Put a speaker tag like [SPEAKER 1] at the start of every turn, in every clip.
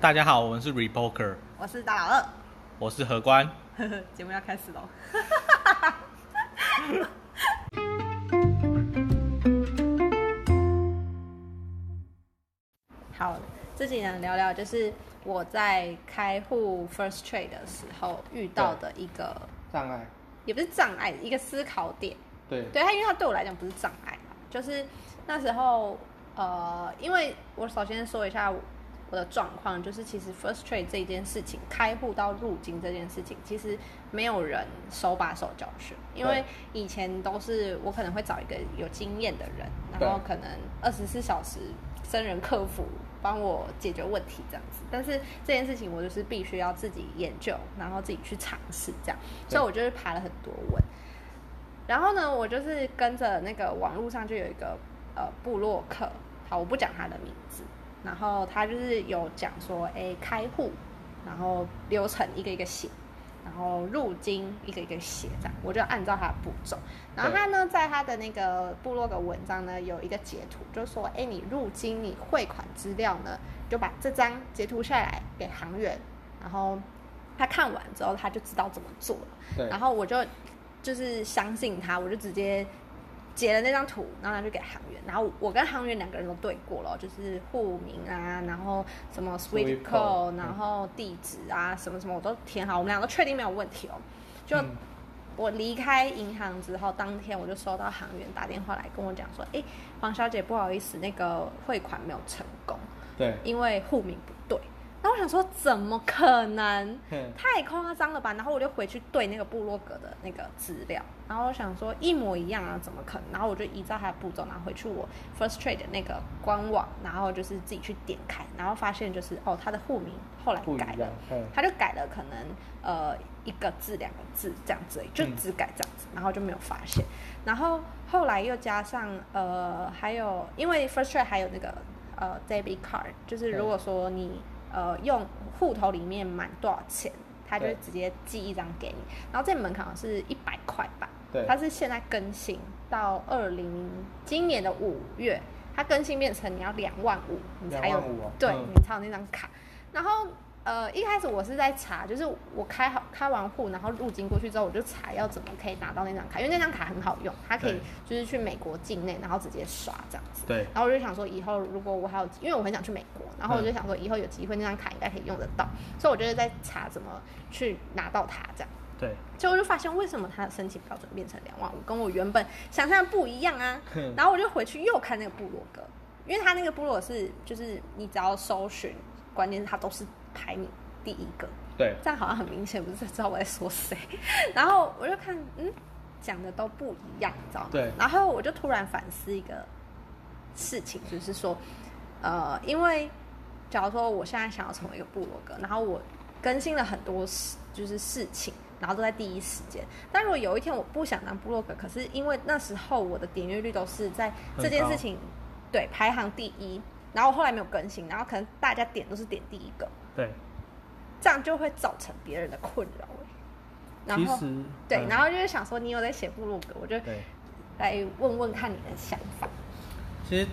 [SPEAKER 1] 大家好，我们是 Repoker，
[SPEAKER 2] 我是大老二
[SPEAKER 1] 我是何官。
[SPEAKER 2] 呵呵， 节目要开始喽。好，这集呢聊聊就是我在开户 First Trade 的时候遇到的一个，
[SPEAKER 1] 障碍，
[SPEAKER 2] 也不是障碍，一个思考点。
[SPEAKER 1] 对
[SPEAKER 2] 对它，因为它对我来讲不是障碍嘛，就是那时候呃，因为我首先说一下我我的状况，就是其实 first trade 这件事情，开户到入金这件事情，其实没有人手把手教学，因为以前都是我可能会找一个有经验的人，
[SPEAKER 1] 对
[SPEAKER 2] 然后可能二十四小时真人客服。帮我解决问题这样子，但是这件事情我就是必须要自己研究，然后自己去尝试这样，
[SPEAKER 1] 对
[SPEAKER 2] 所以我就是爬了很多文，然后呢，我就是跟着那个网络上就有一个呃部落客，好，我不讲他的名字，然后他就是有讲说，哎，开户，然后流程一个一个写，然后入金一个一个写，这样我就按照他的步骤。然后他呢，在他的那个部落格文章呢，有一个截图，就说，哎，你入金，你汇款资料呢，就把这张截图下来给行员，然后他看完之后，他就知道怎么做了。
[SPEAKER 1] 对
[SPEAKER 2] 然后我就就是相信他，我就直接截了那张图，然后拿去给航员。然后我跟航员两个人都对过了，就是户名啊，然后什么
[SPEAKER 1] Swift
[SPEAKER 2] Sweet
[SPEAKER 1] code，
[SPEAKER 2] Code，
[SPEAKER 1] 嗯
[SPEAKER 2] 然后地址啊，什么什么我都填好，我们俩都确定没有问题哦。就
[SPEAKER 1] 嗯
[SPEAKER 2] 我离开银行之后，当天我就收到行员打电话来跟我讲说：“哎，黄小姐，不好意思，那个汇款没有成功，
[SPEAKER 1] 对，
[SPEAKER 2] 因为户名不对。”那我想说，怎么可能？
[SPEAKER 1] 哼
[SPEAKER 2] 太夸张了吧！然后我就回去对那个部落格的那个资料，然后我想说一模一样啊，怎么可能？然后我就依照他的步骤，然后回去我 First Trade 的那个官网，然后就是自己去点开，然后发现就是哦，他的户名后 来
[SPEAKER 1] 不一
[SPEAKER 2] 改
[SPEAKER 1] 样
[SPEAKER 2] 了，，
[SPEAKER 1] 嗯，
[SPEAKER 2] 他就改了可能呃一个字两个字这样子而已，就
[SPEAKER 1] 嗯
[SPEAKER 2] 只改这样子，然后就没有发现。然后后来又加上呃还有，因为 First Trade 还有那个呃 debit card，就是如果说你呃用户头里面满多少钱，他就
[SPEAKER 1] 对
[SPEAKER 2] 会直接寄一张给你。然后这门槛好像是一百块吧，
[SPEAKER 1] 对，
[SPEAKER 2] 它是现在更新到二零今年的五月，它更新变成你要两万五，你才有，
[SPEAKER 1] 25,000哦
[SPEAKER 2] 对、
[SPEAKER 1] 嗯
[SPEAKER 2] 你才有那张卡。然后呃，一开始我是在查，就是我开好开完户，然后入金过去之后，我就查要怎么可以拿到那张卡，因为那张卡很好用，它可以
[SPEAKER 1] 对
[SPEAKER 2] 就是去美国境内，然后直接刷这样子。
[SPEAKER 1] 对，
[SPEAKER 2] 然后我就想说，以后如果我还有，因为我很想去美国，然后我
[SPEAKER 1] 嗯
[SPEAKER 2] 就想说，以后有机会那张卡应该可以用得到，所以我就是在查怎么去拿到它这样。
[SPEAKER 1] 对，
[SPEAKER 2] 结果就发现为什么他的申请标准变成两万五，跟我原本想象的不一样啊。
[SPEAKER 1] 哼
[SPEAKER 2] 然后我就回去又看那个部落格，因为他那个部落是就是你只要搜寻关键字，它都是排名第一个，
[SPEAKER 1] 对，
[SPEAKER 2] 这样好像很明显，不是知道我在说谁。 然后我就看，嗯，讲的都不一样，你知道吗？
[SPEAKER 1] 对
[SPEAKER 2] 然后我就突然反思一个事情，就是说，呃，因为假如说我现在想要成为一个部落格，然后我更新了很多事，就是事情，然后都在第一时间。但如果有一天我不想当部落格，可是因为那时候我的点阅率都是在
[SPEAKER 1] 很
[SPEAKER 2] 这件
[SPEAKER 1] 高
[SPEAKER 2] 事情对排行第一，然后后来没有更新，然后可能大家点都是点第一个，
[SPEAKER 1] 对，
[SPEAKER 2] 这样就会造成别人的困扰欸。然
[SPEAKER 1] 其
[SPEAKER 2] 后
[SPEAKER 1] 实
[SPEAKER 2] 对，
[SPEAKER 1] 嗯
[SPEAKER 2] 然后就是想说你有在写部落格，我就
[SPEAKER 1] 对，
[SPEAKER 2] 来问问看你的想法。
[SPEAKER 1] 其实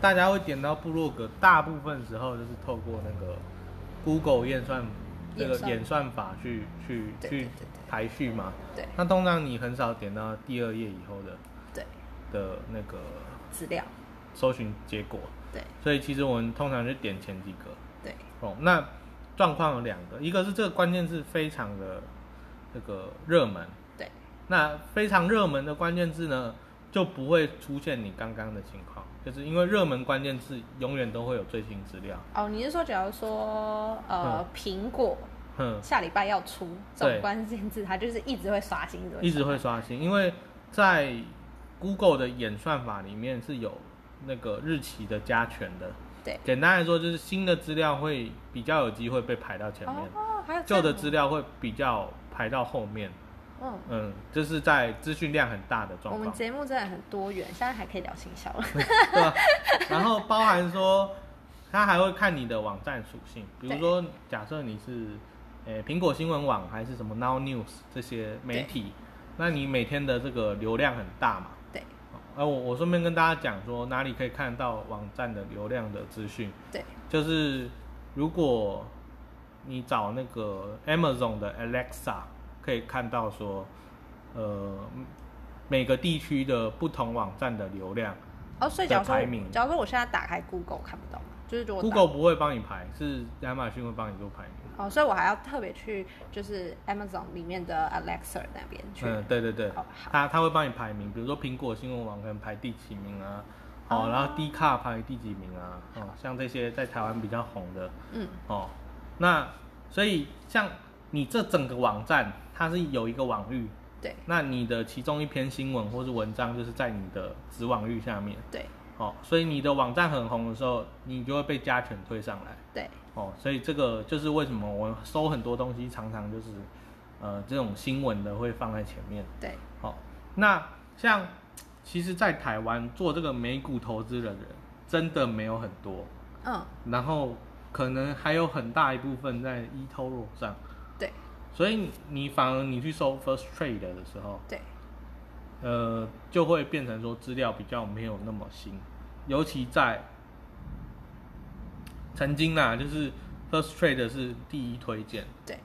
[SPEAKER 1] 大家会点到部落格，大部分时候就是透过那个 Google 演算这个
[SPEAKER 2] 演算
[SPEAKER 1] 演算法去去
[SPEAKER 2] 对对
[SPEAKER 1] 去
[SPEAKER 2] 对对
[SPEAKER 1] 排序嘛。
[SPEAKER 2] 对
[SPEAKER 1] 那通常你很少点到第二页以后的
[SPEAKER 2] 对，
[SPEAKER 1] 的那个
[SPEAKER 2] 资料
[SPEAKER 1] 搜寻结果，
[SPEAKER 2] 对
[SPEAKER 1] 所以其实我们通常就点前几个。
[SPEAKER 2] 对
[SPEAKER 1] 哦，那状况有两个，一个是这个关键字非常的这个热门，
[SPEAKER 2] 对
[SPEAKER 1] 那非常热门的关键字呢，就不会出现你刚刚的情况，就是因为热门关键字永远都会有最新资料。
[SPEAKER 2] 哦，你是说假如说
[SPEAKER 1] 嗯
[SPEAKER 2] 呃苹果
[SPEAKER 1] 哼，
[SPEAKER 2] 下礼拜要出这
[SPEAKER 1] 对
[SPEAKER 2] 种关键字，它就是一直会刷新，
[SPEAKER 1] 一直
[SPEAKER 2] 刷
[SPEAKER 1] 会刷新，因为在 Google 的演算法里面是有那个日期的加权的。
[SPEAKER 2] 对
[SPEAKER 1] 简单来说，就是新的资料会比较有机会被排到前面，
[SPEAKER 2] 哦，还有这
[SPEAKER 1] 旧
[SPEAKER 2] 样
[SPEAKER 1] 的
[SPEAKER 2] 哦
[SPEAKER 1] 资料会比较排到后面。
[SPEAKER 2] 嗯。
[SPEAKER 1] 嗯，这是在资讯量很大的状
[SPEAKER 2] 我
[SPEAKER 1] 况
[SPEAKER 2] 们。节目真的很多元，现在还可以聊行销了。
[SPEAKER 1] 对吧？ 然后包含说，他还会看你的网站属性，比如说假设你是，呃，苹果新闻网还是什么 Now News 这些媒体，那你每天的这个流量很大嘛？
[SPEAKER 2] 对
[SPEAKER 1] 而我我顺便跟大家讲说，哪里可以看到网站的流量的资讯，
[SPEAKER 2] 对
[SPEAKER 1] 就是如果你找那个 Amazon 的 Alexa，可以看到说，呃，每个地区的不同网站的流量。
[SPEAKER 2] 哦，所以假如说
[SPEAKER 1] 的排名
[SPEAKER 2] 我，假如说我现在打开 Google 看不到吗？就是如果打
[SPEAKER 1] Google 不会帮你排，是亚马逊会帮你做排名。
[SPEAKER 2] 哦，所以我还要特别去就是 Amazon 里面的 Alexa 那边去。
[SPEAKER 1] 嗯，对对对
[SPEAKER 2] 哦好，
[SPEAKER 1] 他他会帮你排名，比如说苹果新闻网可能排第几名啊，哦，
[SPEAKER 2] 哦
[SPEAKER 1] 然后 D 卡排第几名啊，哦，像这些在台湾比较红的，
[SPEAKER 2] 嗯，
[SPEAKER 1] 哦，那所以像你这整个网站，它是有一个网域，
[SPEAKER 2] 对
[SPEAKER 1] 那你的其中一篇新闻或是文章就是在你的子网域下面，
[SPEAKER 2] 对
[SPEAKER 1] 哦，所以你的网站很红的时候，你就会被加权推上来，
[SPEAKER 2] 对，
[SPEAKER 1] 哦，所以这个就是为什么我搜很多东西常常就是，呃，这种新闻的会放在前面。
[SPEAKER 2] 对，
[SPEAKER 1] 好、那像其实，在台湾做这个美股投资的人真的没有很多，
[SPEAKER 2] 嗯，
[SPEAKER 1] 然后可能还有很大一部分在 e t o r 上，
[SPEAKER 2] 对
[SPEAKER 1] 所以你反而你去搜 First Trade 的时候，
[SPEAKER 2] 对，
[SPEAKER 1] 呃，就会变成说资料比较没有那么新，尤其在曾经啦，就是 First Trade 是第一推荐，
[SPEAKER 2] 对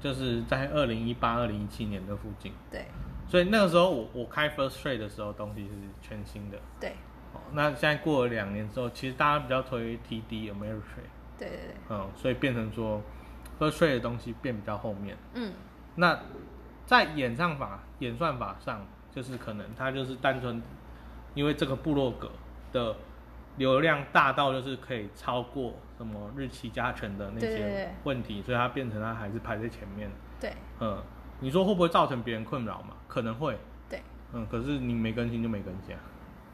[SPEAKER 1] 就是在二零一八、二零一七年的附近，
[SPEAKER 2] 对
[SPEAKER 1] 所以那个时候我我开 First Trade 的时候，东西是全新的。
[SPEAKER 2] 对
[SPEAKER 1] 哦，那现在过了两年之后，其实大家比较推 TD Ameritrade，
[SPEAKER 2] 对对对，
[SPEAKER 1] 嗯，所以变成说 First Trade 的东西变比较后面。
[SPEAKER 2] 嗯，
[SPEAKER 1] 那在演算法演算法上，就是可能它就是单纯因为这个部落格的流量大到就是可以超过什么日期加权的那
[SPEAKER 2] 对对
[SPEAKER 1] 些
[SPEAKER 2] 对
[SPEAKER 1] 问题，所以它变成它还是排在前面。
[SPEAKER 2] 对
[SPEAKER 1] 嗯，你说会不会造成别人困扰嘛？可能会，
[SPEAKER 2] 对。
[SPEAKER 1] 嗯，可是你没更新就没更新啊，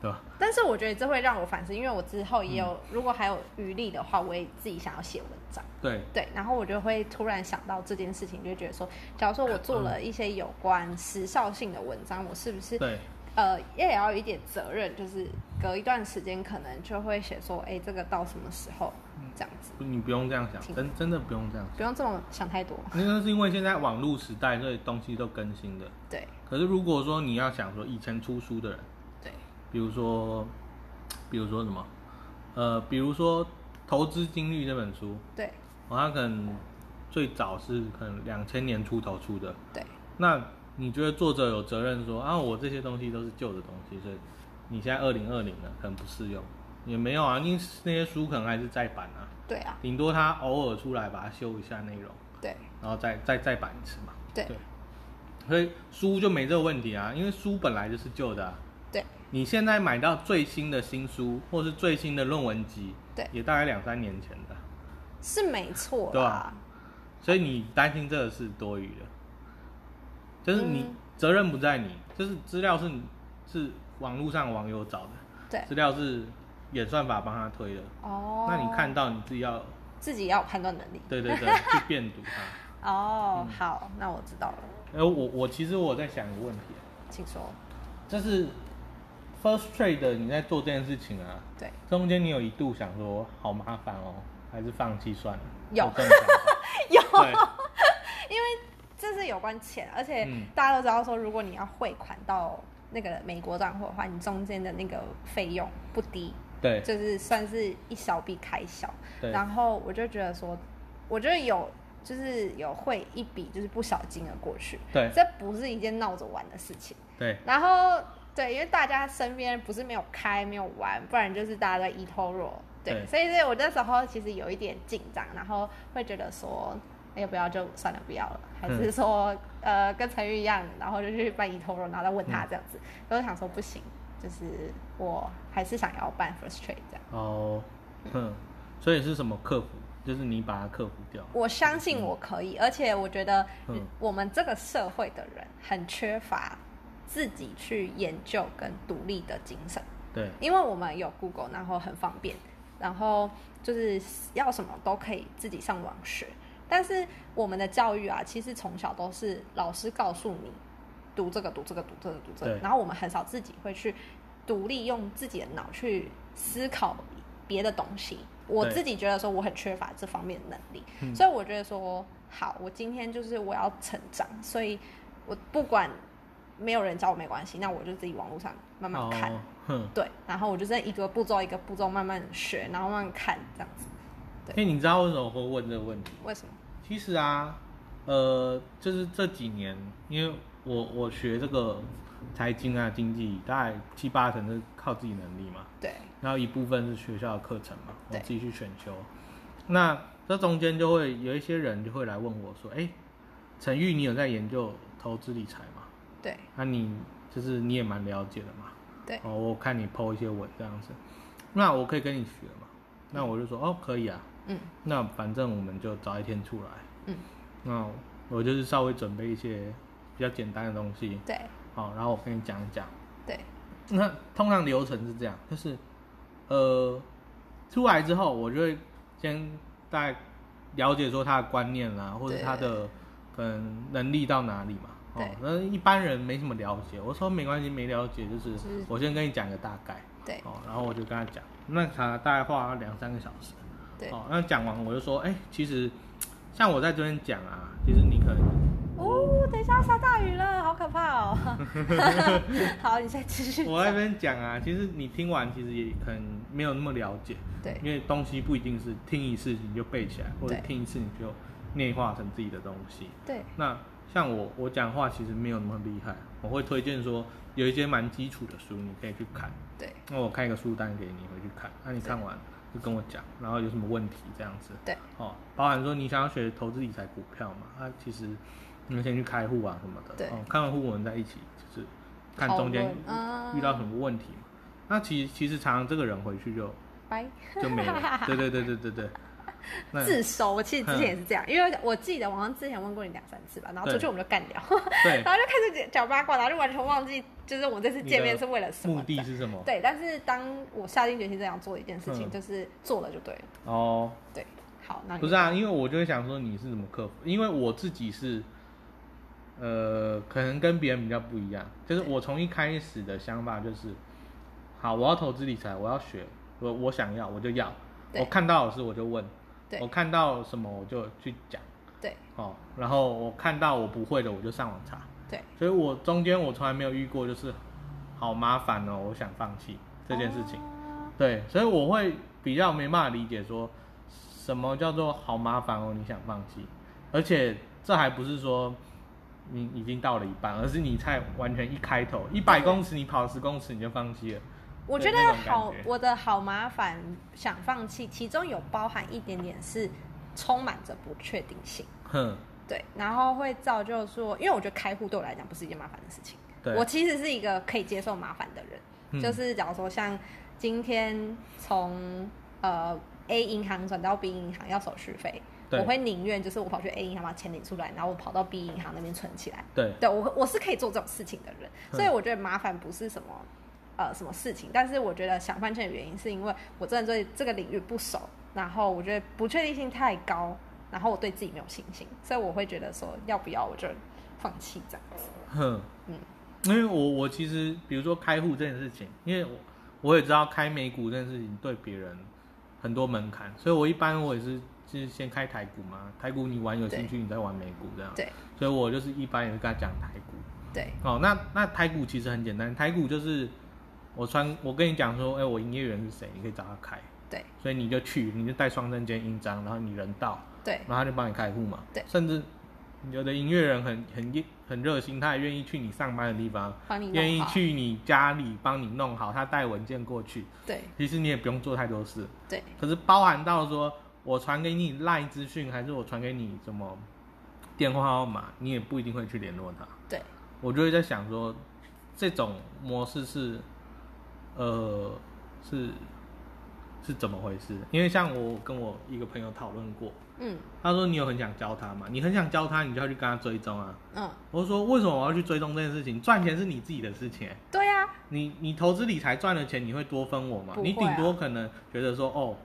[SPEAKER 1] 对吧？
[SPEAKER 2] 但是我觉得这会让我反思，因为我之后也有，
[SPEAKER 1] 嗯
[SPEAKER 2] 如果还有余力的话，我也自己想要写文章。
[SPEAKER 1] 对，
[SPEAKER 2] 对，然后我就会突然想到这件事情，就觉得说，假如说我
[SPEAKER 1] 嗯
[SPEAKER 2] 做了一些有关时效性的文章，我是不是
[SPEAKER 1] 对，
[SPEAKER 2] 呃也要有一点责任，就是隔一段时间可能就会写说，哎，这个到什么时候
[SPEAKER 1] 嗯
[SPEAKER 2] 这样子，
[SPEAKER 1] 你不用这样想，真真的不用这样
[SPEAKER 2] 不用这么想太多。
[SPEAKER 1] 想，那是因为现在网络时代，所以东西都更新的。
[SPEAKER 2] 对
[SPEAKER 1] 可是如果说你要想说以前出书的人，
[SPEAKER 2] 对
[SPEAKER 1] 比如说，比如说什么，呃，比如说《投资金律》这本书，
[SPEAKER 2] 对
[SPEAKER 1] 哦，它可能最早是可能两千年出头出的，
[SPEAKER 2] 对
[SPEAKER 1] 那你觉得作者有责任说啊，我这些东西都是旧的东西，所以你现在二零二零了，可能不适用，也没有啊，因为那些书可能还是再版啊，
[SPEAKER 2] 对啊，
[SPEAKER 1] 顶多他偶尔出来把它修一下内容，
[SPEAKER 2] 对
[SPEAKER 1] 然后再再再版一次嘛。
[SPEAKER 2] 对
[SPEAKER 1] 所以书就没这个问题啊，因为书本来就是旧的、啊。
[SPEAKER 2] 对
[SPEAKER 1] 你现在买到最新的新书，或是最新的论文集，
[SPEAKER 2] 对
[SPEAKER 1] 也大概两三年前的，
[SPEAKER 2] 是没错
[SPEAKER 1] 对
[SPEAKER 2] 啦
[SPEAKER 1] 啊。所以你担心这个是多余的，就是你
[SPEAKER 2] 嗯
[SPEAKER 1] 责任不在你，就是资料是是网络上网友找
[SPEAKER 2] 对
[SPEAKER 1] 的，资料啊是演算法帮他推的，
[SPEAKER 2] 哦，
[SPEAKER 1] 那你看到你自己要，
[SPEAKER 2] 自己要有判断能力。
[SPEAKER 1] 对对 对，去辨读它。
[SPEAKER 2] 哦，
[SPEAKER 1] 嗯
[SPEAKER 2] 好，那我知道了，
[SPEAKER 1] 哎、我我其实我在想一个问题，
[SPEAKER 2] 请说。
[SPEAKER 1] 就是 First Trade 你在做这件事情啊，
[SPEAKER 2] 对，
[SPEAKER 1] 中间你有一度想说好麻烦哦，还是放弃算了？
[SPEAKER 2] 有
[SPEAKER 1] 这种想法
[SPEAKER 2] 有。
[SPEAKER 1] 对
[SPEAKER 2] 这是有关钱，而且
[SPEAKER 1] 嗯
[SPEAKER 2] 大家都知道说，如果你要汇款到那个美国账户的话，你中间的那个费用不低，
[SPEAKER 1] 对
[SPEAKER 2] 就是算是一小笔开销。
[SPEAKER 1] 对
[SPEAKER 2] 然后我就觉得说，我觉得有就是有汇一笔就是不小金额过去，
[SPEAKER 1] 对
[SPEAKER 2] 这不是一件闹着玩的事情。
[SPEAKER 1] 对
[SPEAKER 2] 然后对，因为大家身边不是没有开没有玩，不然就是大家在一头弱。对，
[SPEAKER 1] 对
[SPEAKER 2] 所以所以我那时候其实有一点紧张，然后会觉得说，哎，不要就算了，不要了，还
[SPEAKER 1] 嗯
[SPEAKER 2] 是说、呃跟陈玉一样，然后就去办一头肉，然后再问他这样
[SPEAKER 1] 嗯
[SPEAKER 2] 子。我就想说不行，就是我还是想要办 first trade 这样。
[SPEAKER 1] 哦，哼，所以是什么克服？就是你把它克服掉。
[SPEAKER 2] 我相信我可以，而且我觉得
[SPEAKER 1] 嗯
[SPEAKER 2] 我们这个社会的人很缺乏自己去研究跟独立的精神。
[SPEAKER 1] 对
[SPEAKER 2] 因为我们有 Google，然后很方便，然后就是要什么都可以自己上网学。但是我们的教育啊，其实从小都是老师告诉你读这个、读这个、读这个、读这个，
[SPEAKER 1] 对
[SPEAKER 2] 然后我们很少自己会去独立用自己的脑去思考别的东西。我
[SPEAKER 1] 对
[SPEAKER 2] 自己觉得说我很缺乏这方面的能力，
[SPEAKER 1] 嗯
[SPEAKER 2] 所以我觉得说好，我今天就是我要成长，所以我不管没有人教我没关系，那我就自己网络上慢慢看。
[SPEAKER 1] 哦，哼，
[SPEAKER 2] 对，然后我就在一个步骤一个步骤慢慢学，然后慢慢看这样子。对
[SPEAKER 1] 哎，你知道为什么会问这个问题？
[SPEAKER 2] 为什么？
[SPEAKER 1] 其实啊，呃，就是这几年，因为我我学这个财经啊经济，大概七八成是靠自己能力嘛，
[SPEAKER 2] 对，
[SPEAKER 1] 然后一部分是学校的课程嘛，我
[SPEAKER 2] 对
[SPEAKER 1] 自己去选修。那这中间就会有一些人就会来问我说：“哎，陈玉，你有在研究投资理财吗？
[SPEAKER 2] 对，
[SPEAKER 1] 那、你就是你也蛮了解的嘛。”
[SPEAKER 2] 对，
[SPEAKER 1] 哦，我看你 PO 一些文这样子，那我可以跟你学嘛？那我就说哦，可以啊，
[SPEAKER 2] 嗯
[SPEAKER 1] 那反正我们就早一天出来。
[SPEAKER 2] 嗯，
[SPEAKER 1] 那我就是稍微准备一些比较简单的东西，
[SPEAKER 2] 对
[SPEAKER 1] 好，然后我跟你讲一讲。
[SPEAKER 2] 对
[SPEAKER 1] 那通常流程是这样，就是呃，出来之后我就会先大概了解说他的观念啦，或者
[SPEAKER 2] 对
[SPEAKER 1] 他的可能能力到哪里嘛。哦
[SPEAKER 2] 对，
[SPEAKER 1] 那一般人没什么了解，我说没关系，没了解就是
[SPEAKER 2] 就是
[SPEAKER 1] 我先跟你讲个大概。
[SPEAKER 2] 对
[SPEAKER 1] 哦，然后我就跟他讲，那他大概花两三个小时。
[SPEAKER 2] 对，
[SPEAKER 1] 哦，那讲完我就说，哎、其实像我在这边讲啊，其实你可能
[SPEAKER 2] 哦，等一下要下大雨了，好可怕 哦！好，你再继续讲。
[SPEAKER 1] 我在这边讲啊，其实你听完其实也可能没有那么了解，
[SPEAKER 2] 对
[SPEAKER 1] 因为东西不一定是听一次你就背起来，或者
[SPEAKER 2] 对
[SPEAKER 1] 听一次你就内化成自己的东西。
[SPEAKER 2] 对
[SPEAKER 1] 那像我，我讲话其实没有那么厉害，我会推荐说有一些蛮基础的书，你可以去看。
[SPEAKER 2] 对
[SPEAKER 1] 那我开一个书单给你回去看，啊那、你看完就跟我讲，然后有什么问题这样子。
[SPEAKER 2] 对
[SPEAKER 1] 哦，包含说你想要学投资理财股票嘛，那、其实你们先去开户啊什么的。
[SPEAKER 2] 对
[SPEAKER 1] 哦，看完户我们再一起就是看
[SPEAKER 2] 讨
[SPEAKER 1] 中间
[SPEAKER 2] 论嗯
[SPEAKER 1] 遇到什么问题嘛。那其实其实常常这个人回去就
[SPEAKER 2] 拜。
[SPEAKER 1] 就没 了。对对对对对对。那
[SPEAKER 2] 自首，我其实之前也是这样，因为我记得我好像之前问过你两三次吧，然后出去
[SPEAKER 1] 嗯对
[SPEAKER 2] 我们就干掉，
[SPEAKER 1] 对
[SPEAKER 2] 然后就开始讲讲八卦，然后就完全忘记，就是我们这次见面是为了什么
[SPEAKER 1] 目的
[SPEAKER 2] 这样
[SPEAKER 1] 是什么？
[SPEAKER 2] 对，但是当我下定决心这样做一件事情，
[SPEAKER 1] 嗯
[SPEAKER 2] 就是做了就对了。
[SPEAKER 1] 哦，
[SPEAKER 2] 对，好，那你
[SPEAKER 1] 不是啊，因为我就会想说你是怎么克服，因为我自己是，呃，可能跟别人比较不一样，就是我从一开始的想法就是，好，我要投资理财，我要学，我我想要我就要，
[SPEAKER 2] 对
[SPEAKER 1] 我看到老师我就问，
[SPEAKER 2] 对
[SPEAKER 1] 我看到什么我就去讲，
[SPEAKER 2] 对
[SPEAKER 1] 哦，然后我看到我不会的我就上网查，
[SPEAKER 2] 对
[SPEAKER 1] 所以我中间我从来没有遇过就是好麻烦哦，我想放弃这件事情。
[SPEAKER 2] 哦
[SPEAKER 1] 对，所以我会比较没办法理解说，什么叫做好麻烦哦，你想放弃，而且这还不是说你已经到了一半，而是你才完全一开头一百公尺，你跑十公尺你就放弃了。
[SPEAKER 2] 我
[SPEAKER 1] 对
[SPEAKER 2] 觉得
[SPEAKER 1] 那种感
[SPEAKER 2] 好
[SPEAKER 1] 觉，
[SPEAKER 2] 我的好麻烦，想放弃，其中有包含一点点是充满着不确定性，
[SPEAKER 1] 哼，
[SPEAKER 2] 对，然后会造就说，因为我觉得开户对我来讲不是一件麻烦的事情，
[SPEAKER 1] 对
[SPEAKER 2] 我其实是一个可以接受麻烦的人，
[SPEAKER 1] 嗯
[SPEAKER 2] 就是假如说像今天从呃 A 银行转到 B 银行要手续费，
[SPEAKER 1] 对
[SPEAKER 2] 我会宁愿就是我跑去 A 银行把钱领出来，然后我跑到 B 银行那边存起来，
[SPEAKER 1] 对，
[SPEAKER 2] 对我我是可以做这种事情的人，
[SPEAKER 1] 嗯
[SPEAKER 2] 所以我觉得麻烦不是什么呃什么事情，但是我觉得想放弃的原因是因为我真的对这个领域不熟，然后我觉得不确定性太高，然后我对自己没有信心，所以我会觉得说要不要我就放弃这样子。
[SPEAKER 1] 哼，
[SPEAKER 2] 嗯
[SPEAKER 1] 因为我我其实比如说开户这件事情，因为我我也知道开美股这件事情对别人很多门槛，所以我一般我也是就是先开台股嘛，台股你玩有兴趣，你再玩美股这样。
[SPEAKER 2] 对
[SPEAKER 1] 所以我就是一般也是跟他讲台股。
[SPEAKER 2] 对
[SPEAKER 1] 哦，那那台股其实很简单，台股就是我穿，我跟你讲说，哎、我营业员是谁，你可以找他开，
[SPEAKER 2] 对
[SPEAKER 1] 所以你就去，你就带双证件印章，然后你人到，
[SPEAKER 2] 对
[SPEAKER 1] 然后他就帮你开户嘛。
[SPEAKER 2] 对
[SPEAKER 1] 甚至有的营业人很很热很热心，他也愿意去你上班的地方，
[SPEAKER 2] 帮你弄好
[SPEAKER 1] 愿意去你家里帮你弄好，他带文件过去，
[SPEAKER 2] 对
[SPEAKER 1] 其实你也不用做太多事。
[SPEAKER 2] 对
[SPEAKER 1] 可是包含到说我传给你赖资讯，还是我传给你什么电话号码，你也不一定会去联络他。
[SPEAKER 2] 对
[SPEAKER 1] 我就会在想说，这种模式是，呃，是是怎么回事？因为像我跟我一个朋友讨论过，
[SPEAKER 2] 嗯
[SPEAKER 1] 他说你有很想教他嘛，你很想教他，你就要去跟他追踪啊。
[SPEAKER 2] 嗯
[SPEAKER 1] 我就说为什么我要去追踪这件事情？赚钱是你自己的事情欸、
[SPEAKER 2] 对啊
[SPEAKER 1] 你你投资理财赚的钱，你会多分我吗？
[SPEAKER 2] 不会啊
[SPEAKER 1] 你顶多可能觉得说，哦，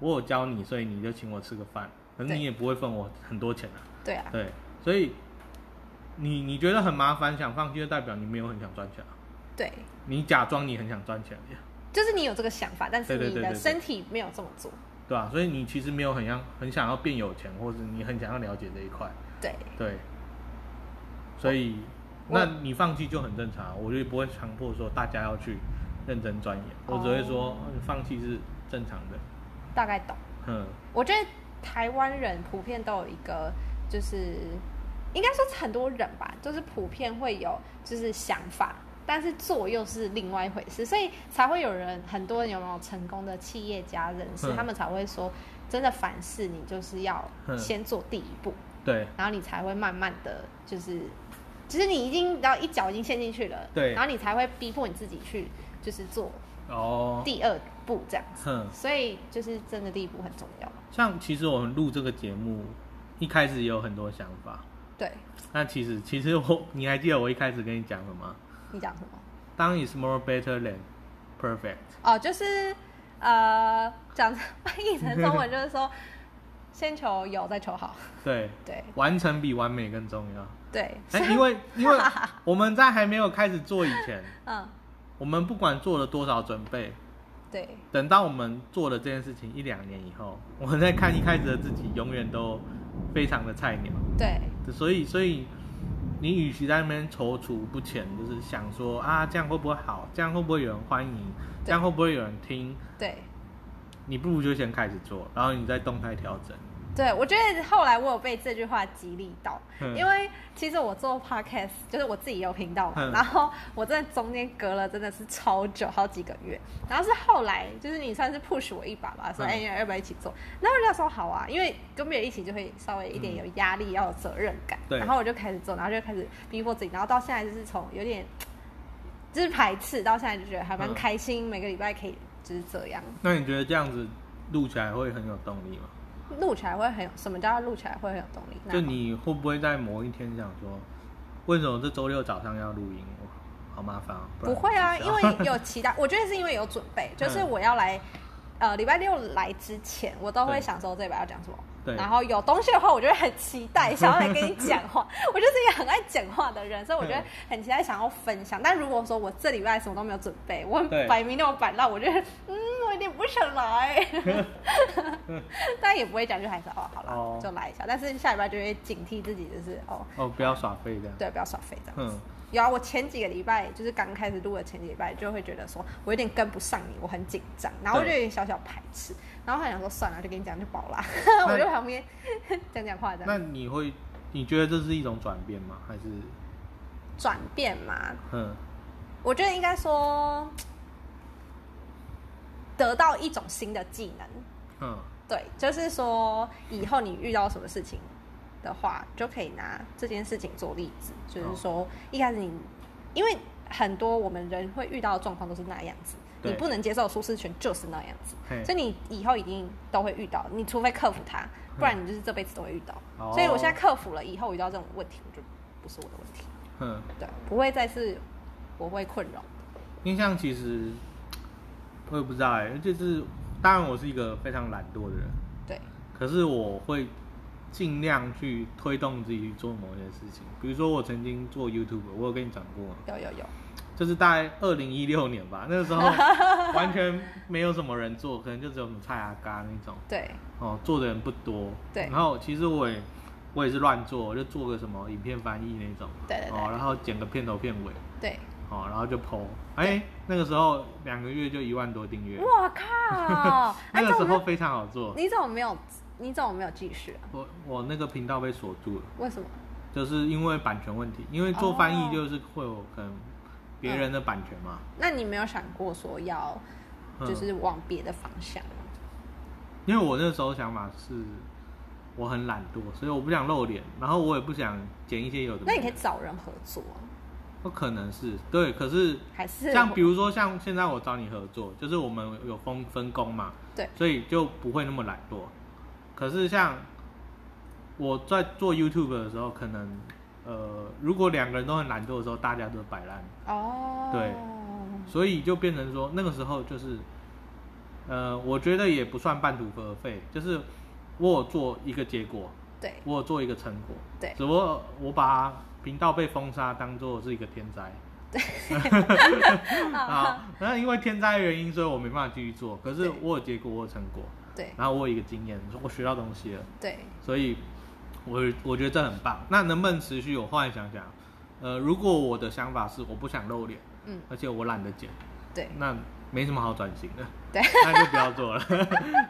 [SPEAKER 1] 我有教你，所以你就请我吃个饭，可是
[SPEAKER 2] 对
[SPEAKER 1] 你也不会分我很多钱啊。
[SPEAKER 2] 对啊
[SPEAKER 1] 对，所以你你觉得很麻烦，想放弃，就代表你没有很想赚钱啊、
[SPEAKER 2] 对，
[SPEAKER 1] 你假装你很想赚钱而已啊，
[SPEAKER 2] 就是你有这个想法，但是
[SPEAKER 1] 对对
[SPEAKER 2] 你
[SPEAKER 1] 对对
[SPEAKER 2] 的
[SPEAKER 1] 对
[SPEAKER 2] 身体没有这么做。
[SPEAKER 1] 对啊吧、所以你其实没有很想很想要变有钱，或者你很想要了解这一块，
[SPEAKER 2] 对
[SPEAKER 1] 对。所以，
[SPEAKER 2] 我
[SPEAKER 1] 那你放弃就很正常啊，我就不会强迫说大家要去认真钻研，我只会说、嗯
[SPEAKER 2] 哦
[SPEAKER 1] 呃放弃是正常的。
[SPEAKER 2] 大概懂。
[SPEAKER 1] 嗯，
[SPEAKER 2] 我觉得台湾人普遍都有一个，就是应该说很多人吧，就是普遍会有就是想法，但是做又是另外一回事，所以才会有人很多人有没有成功的企业家人士，
[SPEAKER 1] 嗯
[SPEAKER 2] 他们才会说，真的凡事你就是要
[SPEAKER 1] 嗯
[SPEAKER 2] 先做第一步，
[SPEAKER 1] 对
[SPEAKER 2] 然后你才会慢慢的就是，其实你已经然后一脚已经陷进去了，
[SPEAKER 1] 对
[SPEAKER 2] 然后你才会逼迫你自己去就是做
[SPEAKER 1] 哦，
[SPEAKER 2] 第二步这样子，
[SPEAKER 1] 哼，
[SPEAKER 2] 所以就是真的第一步很重要，
[SPEAKER 1] 像其实我们录这个节目，一开始也有很多想法，
[SPEAKER 2] 对
[SPEAKER 1] 那其实其实我你还记得我一开始跟你讲的吗？
[SPEAKER 2] 你讲什么？
[SPEAKER 1] 当 is more better than perfect，
[SPEAKER 2] 哦，就是呃，讲翻译成中文就是说，先求有，再求好。
[SPEAKER 1] 对，
[SPEAKER 2] 对
[SPEAKER 1] 完成比完美更重要。
[SPEAKER 2] 对，
[SPEAKER 1] 哎、因为因为我们在还没有开始做以前，
[SPEAKER 2] 嗯，
[SPEAKER 1] 我们不管做了多少准备，
[SPEAKER 2] 对
[SPEAKER 1] 等到我们做了这件事情一两年以后，我们再看一开始的自己，永远都非常的菜鸟。
[SPEAKER 2] 对
[SPEAKER 1] 所以，所以你与其在那边踌躇不前，就是想说啊，这样会不会好？这样会不会有人欢迎？这样会不会有人听？
[SPEAKER 2] 对
[SPEAKER 1] 你不如就先开始做，然后你再动态调整。
[SPEAKER 2] 对，我觉得后来我有被这句话激励到，
[SPEAKER 1] 嗯
[SPEAKER 2] 因为其实我做 podcast 就是我自己有频道嘛，
[SPEAKER 1] 嗯
[SPEAKER 2] 然后我真的中间隔了真的是超久，好几个月，然后是后来就是你算是 push 我一把吧，说
[SPEAKER 1] 嗯
[SPEAKER 2] 哎、你要不要一起做？然后我就说好啊，因为跟别人一起就会稍微一点有压力，要有责任感，
[SPEAKER 1] 嗯对
[SPEAKER 2] 然后我就开始做，然后就开始逼迫自己，然后到现在就是从有点就是排斥，到现在就觉得还蛮
[SPEAKER 1] 嗯
[SPEAKER 2] 开心，每个礼拜可以就是这样
[SPEAKER 1] 那你觉得这样子录起来会很有动力吗？
[SPEAKER 2] 录起来会很有，什么叫录起来会很有动力？那
[SPEAKER 1] 就你会不会在某一天想说，为什么这周六早上要录音？我好麻烦、哦。
[SPEAKER 2] 不
[SPEAKER 1] 然
[SPEAKER 2] 会啊，
[SPEAKER 1] 我
[SPEAKER 2] 因
[SPEAKER 1] 不知道
[SPEAKER 2] 为有期待，我觉得是因为有准备，就是
[SPEAKER 1] 嗯
[SPEAKER 2] 我要来，呃，礼拜六来之前，我都会
[SPEAKER 1] 对
[SPEAKER 2] 想说这礼拜要讲什么。
[SPEAKER 1] 对
[SPEAKER 2] 然后有东西的话，我就会很期待，想要来跟你讲 话。我就是一个很爱讲话的人，所以我觉得
[SPEAKER 1] 嗯
[SPEAKER 2] 很期待想要分享。但如果说我这礼拜什么都没有准备，我
[SPEAKER 1] 对
[SPEAKER 2] 很摆明那么摆烂，我觉得嗯，我有点不 想来。但也不会讲，就还是哦，好了，
[SPEAKER 1] 哦
[SPEAKER 2] 就来一下。但是下礼拜就会警惕自己，就是哦，
[SPEAKER 1] 哦，不要耍废这样。
[SPEAKER 2] 对，不要耍废这样。
[SPEAKER 1] 嗯，
[SPEAKER 2] 有啊，我前几个礼拜就是刚开始录的前几个礼拜，就会觉得说我有点跟不上你，我很紧张，然后我就有点小小排斥，然后还想说算了，就跟你讲就饱 啦，
[SPEAKER 1] 那
[SPEAKER 2] 我就旁边 讲讲话这
[SPEAKER 1] 那
[SPEAKER 2] 样。
[SPEAKER 1] 你会你觉得这是一种转变吗？还是
[SPEAKER 2] 转变嘛，
[SPEAKER 1] 嗯
[SPEAKER 2] 我觉得应该说得到一种新的技能，
[SPEAKER 1] 嗯
[SPEAKER 2] 对，就是说以后你遇到什么事情的话，就可以拿这件事情做例子，就是
[SPEAKER 1] 哦
[SPEAKER 2] 说一开始你，因为很多我们人会遇到的状况都是那样子，
[SPEAKER 1] 对
[SPEAKER 2] 你不能接受的舒适圈就是那样子，
[SPEAKER 1] 嘿
[SPEAKER 2] 所以你以后一定都会遇到，你除非克服它，不然你就是这辈子都会遇到。
[SPEAKER 1] 哦
[SPEAKER 2] 所以我现在克服了，以后遇到这种问题，我就不是我的问题，
[SPEAKER 1] 嗯，
[SPEAKER 2] 对，不会再是我会困扰。
[SPEAKER 1] 印象其实我也不知道哎、就是当然我是一个非常懒惰的人，
[SPEAKER 2] 对，
[SPEAKER 1] 可是我会尽量去推动自己去做某些事情。比如说我曾经做 YouTube，我有跟你讲过吗？
[SPEAKER 2] 有有有，
[SPEAKER 1] 就是大概二零一六年吧，那 个时候完全没有什么人做，可能就只有什么蔡阿嘎那种
[SPEAKER 2] 对
[SPEAKER 1] 哦，做的人不多。
[SPEAKER 2] 对
[SPEAKER 1] 然后其实我也我也是乱做，我就做个什么影片翻译那种，
[SPEAKER 2] 对对对
[SPEAKER 1] 哦，然后剪个片头片尾，
[SPEAKER 2] 对，
[SPEAKER 1] 哦，然后就 PO。哎，那个时候两个月就一万多订阅，
[SPEAKER 2] 我
[SPEAKER 1] ，
[SPEAKER 2] 靠
[SPEAKER 1] 那
[SPEAKER 2] 哎
[SPEAKER 1] 个
[SPEAKER 2] 这
[SPEAKER 1] 时
[SPEAKER 2] 种
[SPEAKER 1] 候非常好做。
[SPEAKER 2] 你怎么没有？你怎么没有继续啊？
[SPEAKER 1] 我我那个频道被锁住了，
[SPEAKER 2] 为什么？
[SPEAKER 1] 就是因为版权问题，因为做
[SPEAKER 2] 哦
[SPEAKER 1] 翻译就是会有可能别人的版权嘛，
[SPEAKER 2] 那你没有想过说要
[SPEAKER 1] 嗯
[SPEAKER 2] 就是往别的方向吗？
[SPEAKER 1] 因为我那时候想法是我很懒惰，所以我不想露脸，然后我也不想剪一些有的没的。
[SPEAKER 2] 那你可以找人合作啊，
[SPEAKER 1] 不可能是对，可是
[SPEAKER 2] 还是
[SPEAKER 1] 像比如说像现在我找你合作，就是我们有分分工嘛，
[SPEAKER 2] 对
[SPEAKER 1] 所以就不会那么懒惰。可是像我在做 YouTube 的时候，可能呃，如果两个人都很懒惰的时候，大家都摆烂，
[SPEAKER 2] 哦，对，
[SPEAKER 1] 所以就变成说那个时候就是，呃，我觉得也不算半途而废，就是我有做一个结果，
[SPEAKER 2] 对
[SPEAKER 1] 我有做一个成果，
[SPEAKER 2] 对
[SPEAKER 1] 只不过我把频道被封杀当做是一个天灾。啊，那因为天灾的原因，所以我没办法继续做。可是
[SPEAKER 2] 对
[SPEAKER 1] 我有结果，我有成果，
[SPEAKER 2] 对
[SPEAKER 1] 然后我有一个经验，我学到东西了，
[SPEAKER 2] 对
[SPEAKER 1] 所以我我觉得这很棒。那能不能持续？我后来想想，呃，如果我的想法是我不想露脸，
[SPEAKER 2] 嗯
[SPEAKER 1] 而且我懒得剪，
[SPEAKER 2] 对
[SPEAKER 1] 那没什么好转型的，
[SPEAKER 2] 对，
[SPEAKER 1] 那就不要 做了。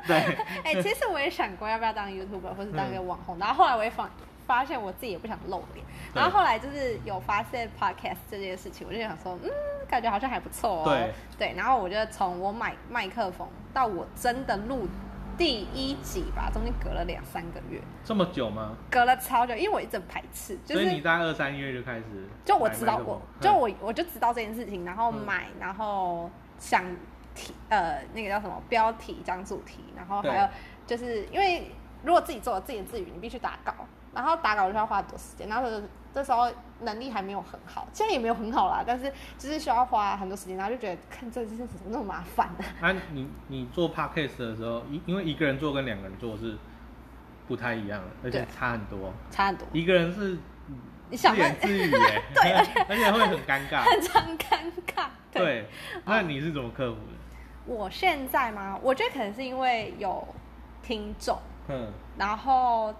[SPEAKER 1] 对，
[SPEAKER 2] 哎、其实我也想过要不要当 YouTuber 或是当一个
[SPEAKER 1] 嗯
[SPEAKER 2] 网红，然后后来我也发发现我自己也不想露脸，
[SPEAKER 1] 对
[SPEAKER 2] 然后后来就是有发现 Podcast 这件事情，我就想说，嗯，感觉好像还不错哦。
[SPEAKER 1] 对
[SPEAKER 2] 然后我就从我买麦克风到我真的录第一集吧，中间隔了两三个月，
[SPEAKER 1] 这么久吗？
[SPEAKER 2] 隔了超久，因为我一直排斥，就
[SPEAKER 1] 所以你
[SPEAKER 2] 是。
[SPEAKER 1] 在二三月就开始，
[SPEAKER 2] 就我知道我
[SPEAKER 1] 过，，
[SPEAKER 2] 就我我就知道这件事情，然后
[SPEAKER 1] 嗯
[SPEAKER 2] 买，然后想题呃那个叫什么标题、讲主题，然后还有就是因为如果自己做自言自语，你必须打稿，然后打稿就要花很多时间，然后这这时候能力还没有很好，现在也没有很好啦，但是就是需要花很多时间，然后就觉得看这件事情怎么那么麻烦呢、
[SPEAKER 1] 啊，你你做 podcast 的时候，一因为一个人做跟两个人做是不太一样的，而且
[SPEAKER 2] 对
[SPEAKER 1] 差很多。
[SPEAKER 2] 差很多，
[SPEAKER 1] 一个人是
[SPEAKER 2] 你想
[SPEAKER 1] 自
[SPEAKER 2] 问
[SPEAKER 1] 言自语、欸，对，而且会很尴尬。
[SPEAKER 2] 很常尴尬。
[SPEAKER 1] 对，那你是怎么克服的？
[SPEAKER 2] 我现在吗？我觉得可能是因为有听众。
[SPEAKER 1] 嗯，
[SPEAKER 2] 然后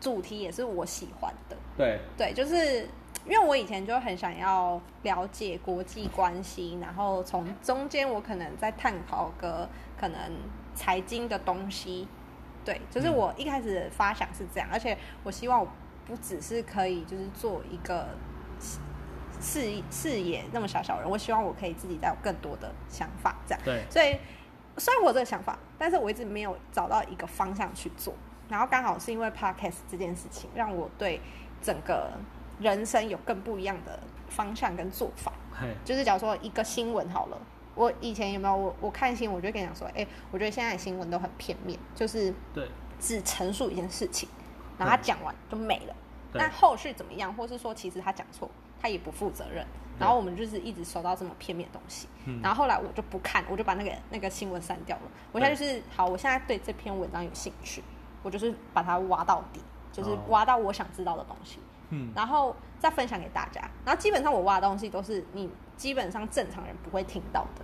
[SPEAKER 2] 主题也是我喜欢的，
[SPEAKER 1] 对，
[SPEAKER 2] 对，就是因为我以前就很想要了解国际关系，然后从中间我可能在探讨个可能财经的东西，对，就是
[SPEAKER 1] 嗯
[SPEAKER 2] 我一开始的发想是这样，而且我希望我不只是可以就是做一个视视野那么小小的人，我希望我可以自己再有更多的想法，这样。
[SPEAKER 1] 对，
[SPEAKER 2] 所以虽然我有这个想法，但是我一直没有找到一个方向去做。然后刚好是因为 podcast 这件事情，让我对整个人生有更不一样的方向跟做法。
[SPEAKER 1] 嘿，
[SPEAKER 2] 就是假如说一个新闻好了，我以前有没有我我看新闻，我就会跟你讲说，哎、我觉得现在的新闻都很片面，就是
[SPEAKER 1] 对，
[SPEAKER 2] 只陈述一件事情，然后他讲完就没了。
[SPEAKER 1] 对
[SPEAKER 2] 那后续怎么样，或是说其实他讲错，他也不负责任。
[SPEAKER 1] 对
[SPEAKER 2] 然后我们就是一直收到这么片面的东西。
[SPEAKER 1] 嗯
[SPEAKER 2] 然后后来我就不看，我就把那个那个新闻删掉了。我现在就是好，我现在对这篇文章有兴趣，我就是把它挖到底，就是
[SPEAKER 1] 哦
[SPEAKER 2] 挖到我想知道的东西，
[SPEAKER 1] 嗯，
[SPEAKER 2] 然后再分享给大家。然后基本上我挖的东西都是你基本上正常人不会听到的。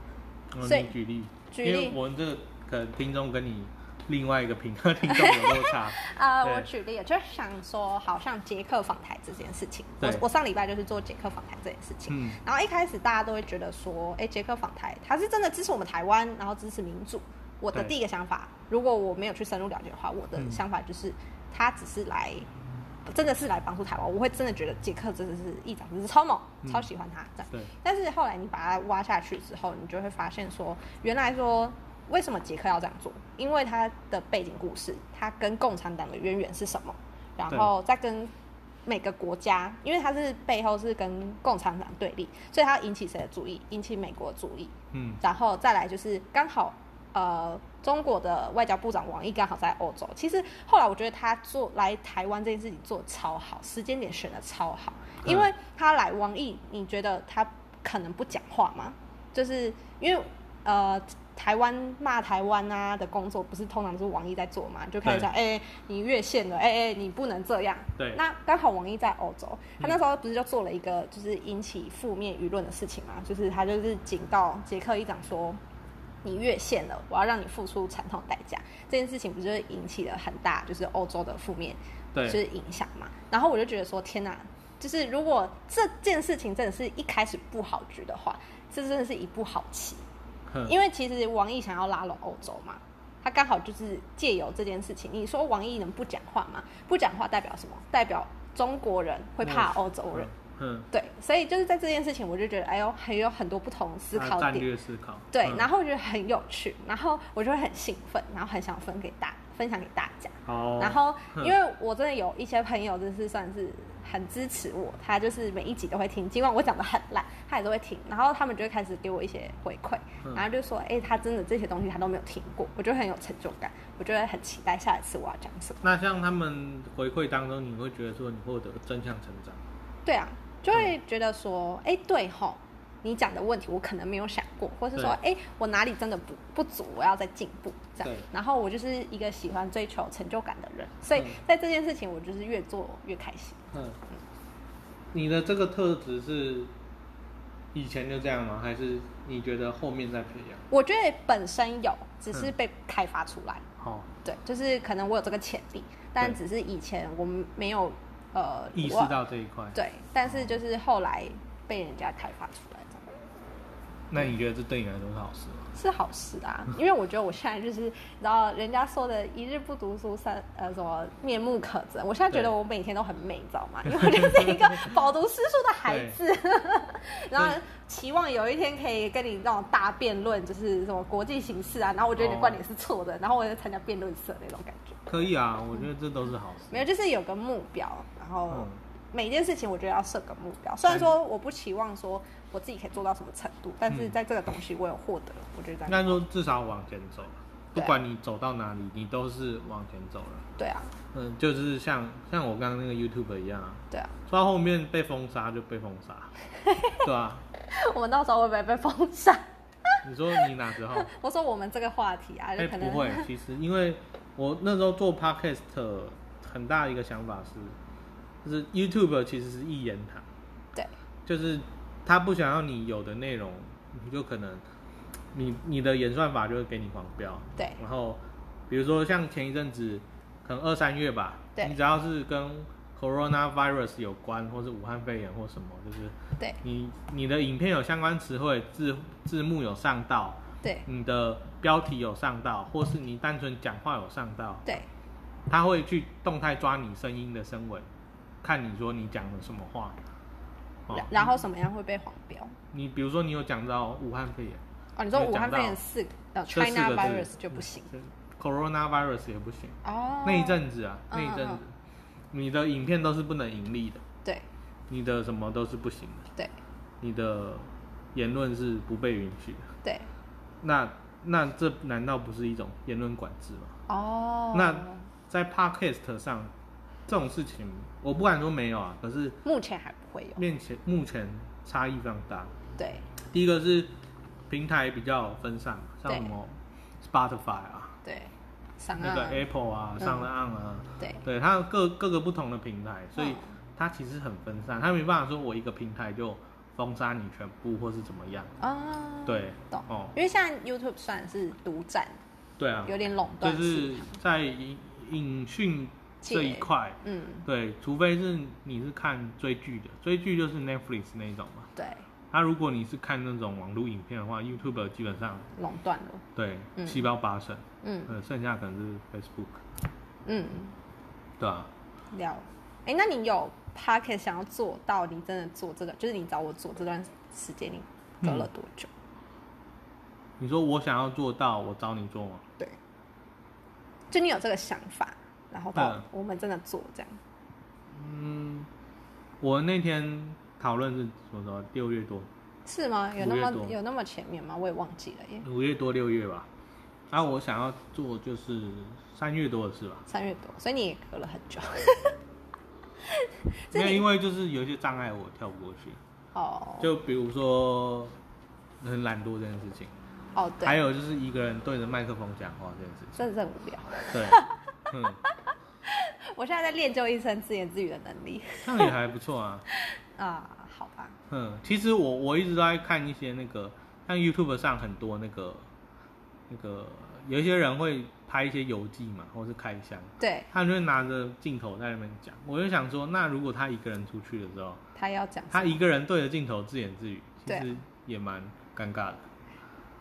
[SPEAKER 1] 嗯
[SPEAKER 2] 所以
[SPEAKER 1] 你举例，
[SPEAKER 2] 举
[SPEAKER 1] 因
[SPEAKER 2] 例
[SPEAKER 1] 为我们这个可能听众跟你另外一个频道听众有落 差，
[SPEAKER 2] 呃，
[SPEAKER 1] 对
[SPEAKER 2] 我举例，就是想说，好像捷克访台这件事情，我
[SPEAKER 1] 对
[SPEAKER 2] 我上礼拜就是做捷克访台这件事情，
[SPEAKER 1] 嗯
[SPEAKER 2] 然后一开始大家都会觉得说，哎，捷克访台他是真的支持我们台湾，然后支持民主。我的
[SPEAKER 1] 对
[SPEAKER 2] 第一个想法，如果我没有去深入了解的话，我的
[SPEAKER 1] 嗯
[SPEAKER 2] 想法就是、他只是来，真的是来帮助台湾。我会真的觉得捷克真的是议长真是超猛，
[SPEAKER 1] 嗯
[SPEAKER 2] 超喜欢他这样。
[SPEAKER 1] 对，
[SPEAKER 2] 但是后来你把它挖下去之后，你就会发现说，原来说为什么捷克要这样做？因为它的背景故事，它跟共产党的渊源是什么，然后再跟每个国家，因为它是背后是跟共产党对立，所以它要引起谁的注意？引起美国的注意，
[SPEAKER 1] 嗯，
[SPEAKER 2] 然后再来就是刚好呃中国的外交部长王毅刚好在欧洲。其实后来我觉得他做来台湾这件事情做得超好，时间点选的超好，
[SPEAKER 1] 嗯
[SPEAKER 2] 因为他来王毅，你觉得他可能不讲话吗？就是因为呃。台湾骂台湾啊的工作，不是通常是王毅在做嘛？就开始讲，哎、你越线了，哎、哎、你不能这样。
[SPEAKER 1] 对，嗯
[SPEAKER 2] 那刚好王毅在欧洲，他那时候不是就做了一个就是引起负面舆论的事情嘛，就是他就是警告捷克议长说，你越线了，我要让你付出惨痛代价。这件事情不就是引起了很大就是欧洲的负面就
[SPEAKER 1] 对，
[SPEAKER 2] 是影响嘛？然后我就觉得说，天哪！就是如果这件事情真的是一开始不好局的话，这真的是一步好棋。
[SPEAKER 1] 嗯
[SPEAKER 2] 因为其实王毅想要拉拢欧洲嘛，他刚好就是借由这件事情。你说王毅能不讲话吗？不讲话代表什么？代表中国人会怕欧洲人。，
[SPEAKER 1] 嗯，
[SPEAKER 2] 对，所以就是在这件事情，我就觉得，哎呦，还有很多不同思
[SPEAKER 1] 啊
[SPEAKER 2] 考
[SPEAKER 1] 战
[SPEAKER 2] 点。
[SPEAKER 1] 略思考，
[SPEAKER 2] 对，
[SPEAKER 1] 嗯
[SPEAKER 2] 然后我觉得很有趣，然后我就会很兴奋，然后很想分给大分享给大家。
[SPEAKER 1] 好，
[SPEAKER 2] 然后，
[SPEAKER 1] 嗯
[SPEAKER 2] 因为我真的有一些朋友，就是算是很支持我，他就是每一集都会听，尽管我讲的很烂，他也都会听。然后他们就会开始给我一些回馈，
[SPEAKER 1] 嗯
[SPEAKER 2] 然后就说：“哎、他真的这些东西他都没有听过。”我就很有成就感，我就会很期待下一次我要讲什么。
[SPEAKER 1] 那像他们回馈当中，你会觉得说你获得正向成长，
[SPEAKER 2] 对啊，就会觉得说：“哎、对吼，你讲的问题我可能没有想过，或是说，哎、我哪里真的不不足，我要再进步。”这样
[SPEAKER 1] 对。
[SPEAKER 2] 然后我就是一个喜欢追求成就感的人，所以
[SPEAKER 1] 嗯
[SPEAKER 2] 在这件事情，我就是越做越开心。
[SPEAKER 1] 嗯，你的这个特质是以前就这样吗？还是你觉得后面再培养？
[SPEAKER 2] 我觉得本身有，只是被开发出来。
[SPEAKER 1] 好，
[SPEAKER 2] 对，就是可能我有这个潜力，但只是以前我们没有呃
[SPEAKER 1] 意识
[SPEAKER 2] 我
[SPEAKER 1] 到这一块。
[SPEAKER 2] 对，但是就是后来被人家开发出来这样。
[SPEAKER 1] 那你觉得这对你来说是好事吗？
[SPEAKER 2] 是好事啊，
[SPEAKER 1] 嗯
[SPEAKER 2] 因为我觉得我现在就是，你知道人家说的“一日不读书三呃什么面目可憎”，我现在觉得
[SPEAKER 1] 对
[SPEAKER 2] 我每天都很美，你知道 吗？因为我就是一个饱读诗书的孩子， 然后期望有一天可以跟你那种大辩论，就是什么国际形势啊，然后我觉得你的观点是错
[SPEAKER 1] 哦
[SPEAKER 2] 的，然后我就参加辩论社那种感觉。
[SPEAKER 1] 可以啊，我觉得这都是好事。
[SPEAKER 2] 嗯没有，就是有个目标，然后
[SPEAKER 1] 嗯，
[SPEAKER 2] 每件事情我觉得要设个目标。虽然说我不期望说我自己可以做到什么程度，但是
[SPEAKER 1] 嗯
[SPEAKER 2] 在这个东西我有获得，我觉得这
[SPEAKER 1] 应
[SPEAKER 2] 样
[SPEAKER 1] 该说至少往前走，不
[SPEAKER 2] 对啊
[SPEAKER 1] 管你走到哪里，你都是往前走了。
[SPEAKER 2] 对啊，
[SPEAKER 1] 嗯，就是像像我刚刚那个 YouTube 一样啊，
[SPEAKER 2] 对啊。
[SPEAKER 1] 说到后面被封杀就被封杀， 对啊。
[SPEAKER 2] 我们到时候会不会被封杀？
[SPEAKER 1] 你说你哪时候？
[SPEAKER 2] 我说我们这个话题啊，
[SPEAKER 1] 哎、
[SPEAKER 2] 就可能
[SPEAKER 1] 不 会，其实因为我那时候做 podcast 很大一个想法是，就是 YouTube 其实是一言堂，
[SPEAKER 2] 对
[SPEAKER 1] 就是他不想要你有的内容，你就可能你你的演算法就会给你黄标。
[SPEAKER 2] 对
[SPEAKER 1] 然后比如说像前一阵子，可能二三月吧，
[SPEAKER 2] 对
[SPEAKER 1] 你只要是跟 coronavirus 有关，或是武汉肺炎或什么，就是
[SPEAKER 2] 对
[SPEAKER 1] 你你的影片有相关词汇，字字幕有上到，
[SPEAKER 2] 对
[SPEAKER 1] 你的标题有上到，或是你单纯讲话有上到，
[SPEAKER 2] 对
[SPEAKER 1] 他会去动态抓你声音的声纹，看你说你讲了什么话。哦
[SPEAKER 2] 然，然后什么样会被黄标？
[SPEAKER 1] 你比如说你有讲到武汉肺炎，
[SPEAKER 2] 哦，你说
[SPEAKER 1] 有
[SPEAKER 2] 武
[SPEAKER 1] 讲
[SPEAKER 2] 汉肺炎
[SPEAKER 1] 到
[SPEAKER 2] 四呃
[SPEAKER 1] 这四
[SPEAKER 2] China
[SPEAKER 1] 个
[SPEAKER 2] virus
[SPEAKER 1] 字
[SPEAKER 2] 就不行
[SPEAKER 1] ，coronavirus 也不行。
[SPEAKER 2] 哦。
[SPEAKER 1] 那一阵子啊，
[SPEAKER 2] 嗯
[SPEAKER 1] 那一阵
[SPEAKER 2] 嗯
[SPEAKER 1] 子，你的影片都是不能盈利的，
[SPEAKER 2] 对
[SPEAKER 1] 你的什么都是不行的，
[SPEAKER 2] 对
[SPEAKER 1] 你的言论是不被允许的。
[SPEAKER 2] 对
[SPEAKER 1] 那那这难道不是一种言论管制吗？
[SPEAKER 2] 哦。
[SPEAKER 1] 那在 podcast 上这种事情，我不敢说没有啊，可是
[SPEAKER 2] 目前还不会有
[SPEAKER 1] 面前目前差异非常大。
[SPEAKER 2] 对
[SPEAKER 1] 第一个是平台比较分散嘛，像
[SPEAKER 2] 对
[SPEAKER 1] 什么 Spotify 啊，
[SPEAKER 2] 对上
[SPEAKER 1] 那个
[SPEAKER 2] 岸
[SPEAKER 1] Apple 啊，
[SPEAKER 2] 嗯
[SPEAKER 1] 上了岸啊，
[SPEAKER 2] 对
[SPEAKER 1] 对它有各各个不同的平台，所以
[SPEAKER 2] 嗯
[SPEAKER 1] 它其实很分散，它没办法说我一个平台就封杀你全部或是怎么样。
[SPEAKER 2] 啊，
[SPEAKER 1] 对，
[SPEAKER 2] 懂
[SPEAKER 1] 哦，
[SPEAKER 2] 因为现在 YouTube 算是独占，
[SPEAKER 1] 对啊，
[SPEAKER 2] 有点垄
[SPEAKER 1] 就
[SPEAKER 2] 断
[SPEAKER 1] 是
[SPEAKER 2] 市场。
[SPEAKER 1] 在影影讯这一
[SPEAKER 2] 界
[SPEAKER 1] 块，
[SPEAKER 2] 嗯，
[SPEAKER 1] 对，除非是你是看追剧的，追剧就是 Netflix 那一种嘛。
[SPEAKER 2] 对，
[SPEAKER 1] 那、如果你是看那种网络影片的话，YouTube 基本上
[SPEAKER 2] 垄断了。
[SPEAKER 1] 对
[SPEAKER 2] 嗯
[SPEAKER 1] 七到八成，
[SPEAKER 2] 嗯
[SPEAKER 1] 呃，剩下可能是 Facebook，
[SPEAKER 2] 嗯。
[SPEAKER 1] 对啊，
[SPEAKER 2] 了，哎、那你有 p o c k e t 想要做到，你真的做这个，就是你找我做这段时间，你隔了多久？
[SPEAKER 1] 你说我想要做到，我找你做吗？
[SPEAKER 2] 对，就你有这个想法，然后到
[SPEAKER 1] 嗯
[SPEAKER 2] 我们真的做这样，
[SPEAKER 1] 嗯，我那天讨论是什么时候？六月多，
[SPEAKER 2] 是吗？有那
[SPEAKER 1] 五月
[SPEAKER 2] 么
[SPEAKER 1] 多
[SPEAKER 2] 有那么前面吗？我也忘记了耶，
[SPEAKER 1] 五月多六月吧。然、后我想要做就是三月多的事吧，
[SPEAKER 2] 三月多，所以你也隔了很 久这
[SPEAKER 1] 因为
[SPEAKER 2] 你
[SPEAKER 1] 因为就是有一些障碍我跳不过去，
[SPEAKER 2] 哦
[SPEAKER 1] 就比如说很懒惰这件事情。
[SPEAKER 2] 哦，
[SPEAKER 1] 还
[SPEAKER 2] 对，
[SPEAKER 1] 有就是一个人对着麦克风讲话这件事
[SPEAKER 2] 真的是很无
[SPEAKER 1] 情，对，
[SPEAKER 2] 聊。
[SPEAKER 1] 嗯，
[SPEAKER 2] 我现在在练就一身自言自语的能力
[SPEAKER 1] 这样也还不错啊，
[SPEAKER 2] 啊，好吧，
[SPEAKER 1] 嗯，其实我我一直都在看一些那个，像 YouTube 上很多那个那个有一些人会拍一些游记嘛，或是开箱，
[SPEAKER 2] 对
[SPEAKER 1] 他就会拿着镜头在那边讲，我就想说，那如果他一个人出去的时候，
[SPEAKER 2] 他要讲什么，
[SPEAKER 1] 他一个人对着镜头自言自语，其
[SPEAKER 2] 对啊
[SPEAKER 1] 实也蛮尴尬的，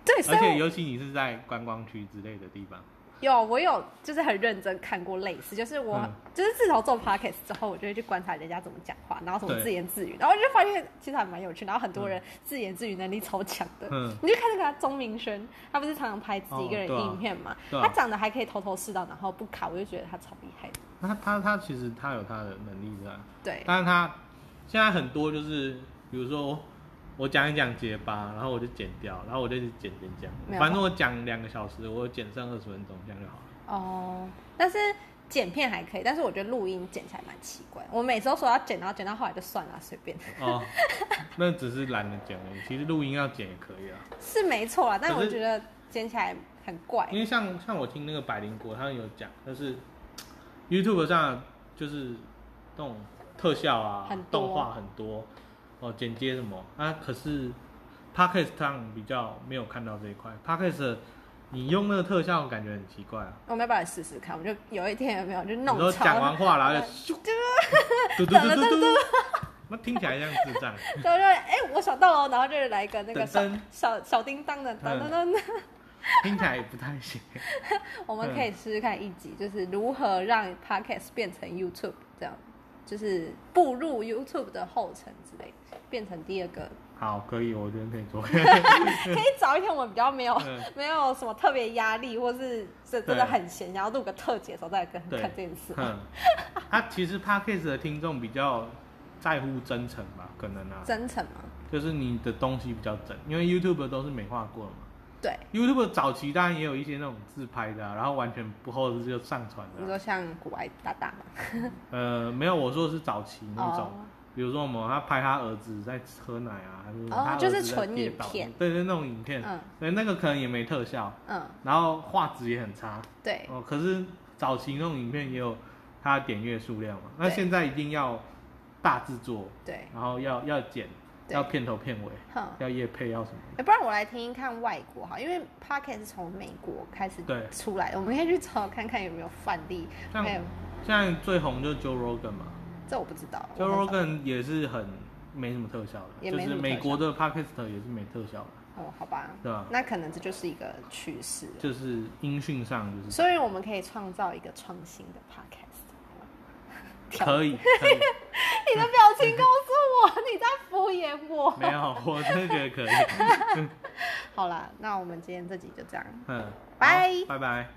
[SPEAKER 2] 对，所
[SPEAKER 1] 而
[SPEAKER 2] 以
[SPEAKER 1] 且
[SPEAKER 2] 我
[SPEAKER 1] 尤其你是在观光区之类的地方，
[SPEAKER 2] 有，我有就是很认真看过类似，就是我、
[SPEAKER 1] 嗯
[SPEAKER 2] 就是自从做 podcast 之后，我就会去观察人家怎么讲话，然后怎么
[SPEAKER 1] 对
[SPEAKER 2] 自言自语，然后我就发现其实还蛮有趣。然后很多人自言自语能力超强的，
[SPEAKER 1] 嗯
[SPEAKER 2] 你就看那个啊钟明轩，他不是常常拍自己
[SPEAKER 1] 哦
[SPEAKER 2] 一个人
[SPEAKER 1] 对啊
[SPEAKER 2] 影片嘛，
[SPEAKER 1] 对啊
[SPEAKER 2] 他长得还可以头头是道，然后不卡，我就觉得他超厉害的。
[SPEAKER 1] 那他他其实他有他的能力在。
[SPEAKER 2] 对
[SPEAKER 1] 但是他现在很多就是，比如说我讲一讲结巴，然后我就剪掉，然后我就一直剪剪
[SPEAKER 2] 没
[SPEAKER 1] 讲，
[SPEAKER 2] 有
[SPEAKER 1] 反正我讲两个小时，我剪剩二十分钟，这样就好了。
[SPEAKER 2] 哦，但是剪片还可以，但是我觉得录音剪起来蛮奇怪。我每次都说要剪，然后剪到后来就算了，随便
[SPEAKER 1] 哦，那只是懒得剪而已。其实录音要剪也可以啊，
[SPEAKER 2] 是没错啦，但
[SPEAKER 1] 可
[SPEAKER 2] 我
[SPEAKER 1] 是
[SPEAKER 2] 觉得剪起来很怪。
[SPEAKER 1] 因为像像我听那个百灵果，他们有讲，就是 YouTube 上就是那种特效啊
[SPEAKER 2] 很，多
[SPEAKER 1] 动画很多，哦，剪接什么啊，可是 Podcast 上比较没有看到这一块，Podcast 你用那个特效感觉很奇怪啊。
[SPEAKER 2] 我们要不要来试试看？我就有一天有没有就弄
[SPEAKER 1] 你说
[SPEAKER 2] 超
[SPEAKER 1] 讲完话，然后就咻，嘟嘟嘟嘟嘟，那听起来像智障。
[SPEAKER 2] 对对，哎、我想到了，然后就是来一个那个小
[SPEAKER 1] 噔嗯噔
[SPEAKER 2] 小小叮当的噔噔噔。
[SPEAKER 1] 听起来也不太行。
[SPEAKER 2] 我
[SPEAKER 1] 嗯
[SPEAKER 2] 们可以试试看一集，就是如何让 podcast 变成 YouTube 这样，就是步入 YouTube 的后尘之类，变成第二个。
[SPEAKER 1] 好，可以，我觉得可以做。
[SPEAKER 2] 可以找一天我们比较没有、
[SPEAKER 1] 嗯
[SPEAKER 2] 没有什么特别压力，或是真真的
[SPEAKER 1] 对
[SPEAKER 2] 很闲，然后录个特辑的时候再跟
[SPEAKER 1] 对
[SPEAKER 2] 看这件 事。
[SPEAKER 1] 嗯，他其实 podcast 的听众比较在乎真诚吧，可能啊，
[SPEAKER 2] 真诚吗？
[SPEAKER 1] 就是你的东西比较真，因为 YouTube 都是美化过的嘛。
[SPEAKER 2] 对，
[SPEAKER 1] YouTube 早期当然也有一些那种自拍的啊、然后完全不后置就上传的
[SPEAKER 2] 你
[SPEAKER 1] 啊、
[SPEAKER 2] 说像古埃大大嘛，
[SPEAKER 1] 呃，没有，我说的是早期那种，
[SPEAKER 2] 哦
[SPEAKER 1] 比如说我们他拍他儿子在喝奶啊，还是
[SPEAKER 2] 哦
[SPEAKER 1] 他儿
[SPEAKER 2] 就是
[SPEAKER 1] 子在
[SPEAKER 2] 纯
[SPEAKER 1] 跌
[SPEAKER 2] 影
[SPEAKER 1] 倒
[SPEAKER 2] 片
[SPEAKER 1] 对对，那种影片，
[SPEAKER 2] 嗯
[SPEAKER 1] 对，那个可能也没特效，
[SPEAKER 2] 嗯，
[SPEAKER 1] 然后画质也很差。
[SPEAKER 2] 对，
[SPEAKER 1] 哦，可是早期那种影片也有它的点阅数量嘛，那
[SPEAKER 2] 对
[SPEAKER 1] 现在一定要大制作，
[SPEAKER 2] 对，
[SPEAKER 1] 然后要要剪，
[SPEAKER 2] 对嗯
[SPEAKER 1] 要片头片尾，
[SPEAKER 2] 哼、
[SPEAKER 1] 要夜配，要什么的？
[SPEAKER 2] 哎，不然我来听听看外国哈，因为 p o c k e t 是从美国开始
[SPEAKER 1] 对
[SPEAKER 2] 出来的，我们可以去找看看有没有范例。
[SPEAKER 1] 像
[SPEAKER 2] 没有，
[SPEAKER 1] 现在最红就是 Joe Rogan 嘛
[SPEAKER 2] 这我不知道。
[SPEAKER 1] ，Joe
[SPEAKER 2] 我很少
[SPEAKER 1] Rogan 也是很没什么特效
[SPEAKER 2] 也
[SPEAKER 1] 的，就
[SPEAKER 2] 没什么
[SPEAKER 1] 是美国的 Podcast 也是没特效的，
[SPEAKER 2] 哦，好吧，
[SPEAKER 1] 对啊吧？
[SPEAKER 2] 那可能这就是一个趋势了，
[SPEAKER 1] 就是音讯上就是
[SPEAKER 2] 所以我们可以创造一个创新的 podcast。好吗 跳
[SPEAKER 1] 可以，可以，
[SPEAKER 2] 你的表情告诉我你在敷衍我。
[SPEAKER 1] 没有，我真的觉 得可以。
[SPEAKER 2] 好啦，那我们今天这集就这样。
[SPEAKER 1] 嗯，好
[SPEAKER 2] 拜
[SPEAKER 1] 拜拜。